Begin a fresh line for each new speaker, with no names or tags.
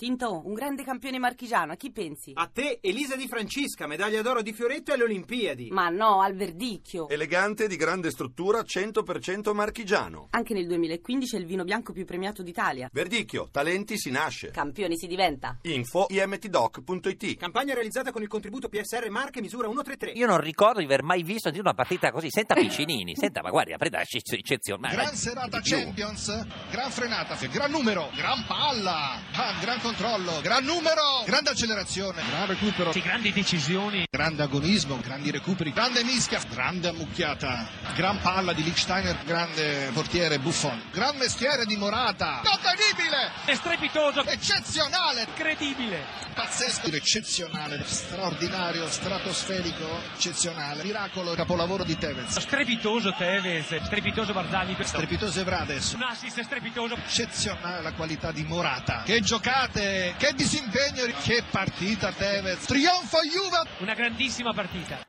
Tinto, un grande campione marchigiano, a chi pensi?
A te Elisa Di Francisca, medaglia d'oro di Fioretto alle Olimpiadi.
Ma no, al verdicchio.
Elegante, di grande struttura, 100% marchigiano.
Anche nel 2015 è il vino bianco più premiato d'Italia.
Verdicchio, talenti si nasce.
Campioni si diventa.
Info imtdoc.it
Campagna realizzata con il contributo PSR Marche misura 133.
Io non ricordo di aver mai visto di una partita così, senza piccinini. Senta, ma guardi, la preda è ecce- eccezionale.
Gran serata Champions, gran frenata, gran numero, gran palla, ah, gran controllo, gran numero, grande accelerazione, gran recupero,
Sì, grandi decisioni.
grande agonismo, grandi recuperi, grande mischia, grande ammucchiata, gran palla di Lichtsteiner, grande portiere Buffon, gran mestiere di Morata, contenibile,
È strepitoso,
eccezionale,
credibile.
pazzesco, eccezionale, straordinario, stratosferico, eccezionale, miracolo, capolavoro di Tevez,
Strepitoso Tevez, strepitoso Barzagli.
strepitoso Evra adesso.
Un assist strepitoso.
eccezionale la qualità di Morata. Che giocate, che disimpegno, che partita Tevez. Trionfo Juve
Una grandissima partita.